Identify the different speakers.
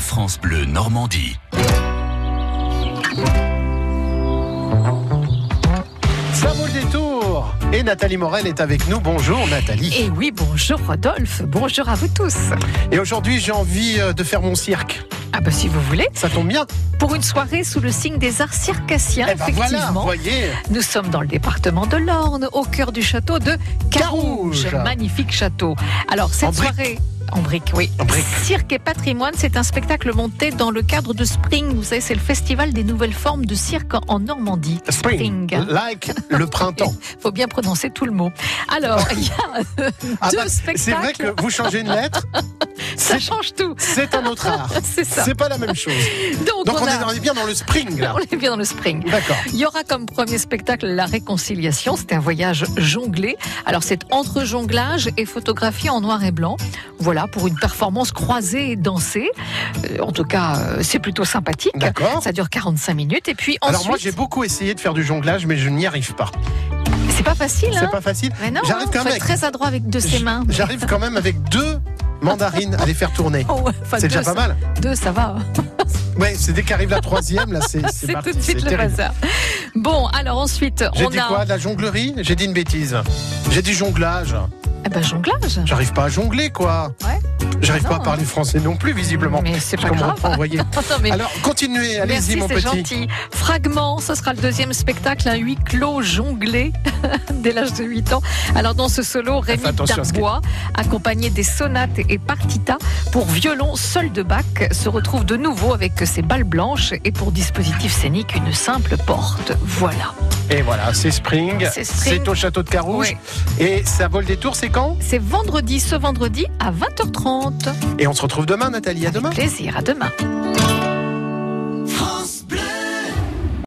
Speaker 1: France Bleu Normandie.
Speaker 2: Ça vaut le détour Et Nathalie Morel est avec nous. Bonjour Nathalie.
Speaker 3: Et oui, bonjour Rodolphe, bonjour à vous tous.
Speaker 2: Et aujourd'hui, j'ai envie euh, de faire mon cirque.
Speaker 3: Ah bah si vous voulez,
Speaker 2: Ça tombe bien.
Speaker 3: pour une soirée sous le signe des arts circassiens,
Speaker 2: eh ben voilà,
Speaker 3: Ah, effectivement.
Speaker 2: voyez.
Speaker 3: Nous sommes dans le département de l'Orne, au cœur du château de Carouge.
Speaker 2: Carouge.
Speaker 3: Magnifique château. Alors, cette
Speaker 2: En brique.
Speaker 3: soirée. En brique, oui.
Speaker 2: En brique.
Speaker 3: Cirque et patrimoine, c'est un spectacle monté dans le cadre de Spring. Vous savez, c'est le festival des nouvelles formes de cirque en Normandie.
Speaker 2: Spring.
Speaker 3: Spring.
Speaker 2: Like le printemps.
Speaker 3: Faut bien prononcer tout le mot. Alors, il y a euh,
Speaker 2: Ah
Speaker 3: deux
Speaker 2: bah, C'est vrai
Speaker 3: spectacles.
Speaker 2: que vous changez une lettre,
Speaker 3: Ça change tout.
Speaker 2: c'est un autre art.
Speaker 3: C'est ça.
Speaker 2: C'est pas la même chose.
Speaker 3: Donc,
Speaker 2: Donc
Speaker 3: on,
Speaker 2: on est,
Speaker 3: a-
Speaker 2: dans- on est bien dans le spring là.
Speaker 3: on est bien dans le Spring.
Speaker 2: D'accord.
Speaker 3: Il y aura comme premier spectacle la réconciliation. C'est un voyage jonglé. Alors c'est entre jonglage et photographie en noir et blanc. Voilà pour une performance croisée et dansée. Euh, en tout cas, euh, c'est plutôt sympathique.
Speaker 2: D'accord.
Speaker 3: Ça dure 45 minutes et puis
Speaker 2: Alors moi
Speaker 3: ensuite,
Speaker 2: j'ai beaucoup essayé de faire du jonglage mais je n'y arrive pas.
Speaker 3: c'est pas facile.
Speaker 2: C'est
Speaker 3: Hein
Speaker 2: pas facile.
Speaker 3: Mais non,
Speaker 2: J'arrive
Speaker 3: hein,
Speaker 2: quand
Speaker 3: faut
Speaker 2: même
Speaker 3: être
Speaker 2: avec-
Speaker 3: très adroit avec de ses mains.
Speaker 2: J'arrive quand même avec deux mandarines à les faire tourner.
Speaker 3: Oh, ouais, enfin,
Speaker 2: C'est
Speaker 3: deux,
Speaker 2: déjà pas
Speaker 3: ça-
Speaker 2: mal.
Speaker 3: Deux, ça va.
Speaker 2: Ouais, c'est dès qu'arrive la troisième là, c'est c'est
Speaker 3: C'est
Speaker 2: parti,
Speaker 3: tout de suite
Speaker 2: c'est
Speaker 3: le
Speaker 2: terrible.
Speaker 3: bazar. Bon, alors ensuite,
Speaker 2: J'ai
Speaker 3: on
Speaker 2: dit
Speaker 3: a
Speaker 2: quoi De la jonglerie J'ai dit une bêtise. J'ai dit jonglage.
Speaker 3: Eh ben, jonglage.
Speaker 2: J'arrive pas à jongler, quoi.
Speaker 3: Ouais.
Speaker 2: J'arrive
Speaker 3: Ah Non.
Speaker 2: pas à parler français non plus, visiblement.
Speaker 3: Mais c'est pas
Speaker 2: Parce qu'on m'a
Speaker 3: grave.
Speaker 2: pas envoyé.
Speaker 3: Non, mais
Speaker 2: Alors, continuez, allez-y,
Speaker 3: Merci,
Speaker 2: mon
Speaker 3: c'est
Speaker 2: petit.
Speaker 3: gentil. Fragment, ce sera le deuxième spectacle, un huis clos jonglé dès l'âge de 8 ans. Alors dans ce solo, Rémi
Speaker 2: Ah, Fais attention à ce
Speaker 3: Darbois, accompagné des sonates et partitas pour violon seul de Bach, se retrouve de nouveau avec ses balles blanches et pour dispositif scénique, une simple porte. Voilà.
Speaker 2: Et voilà, c'est Spring.
Speaker 3: C'est Spring.
Speaker 2: C'est au château de Carouge.
Speaker 3: Ouais.
Speaker 2: Et ça vole des tours, c'est quand
Speaker 3: C'est vendredi, ce vendredi à 20h30.
Speaker 2: Et on se retrouve demain, Nathalie. À demain.
Speaker 3: Plaisir, à demain.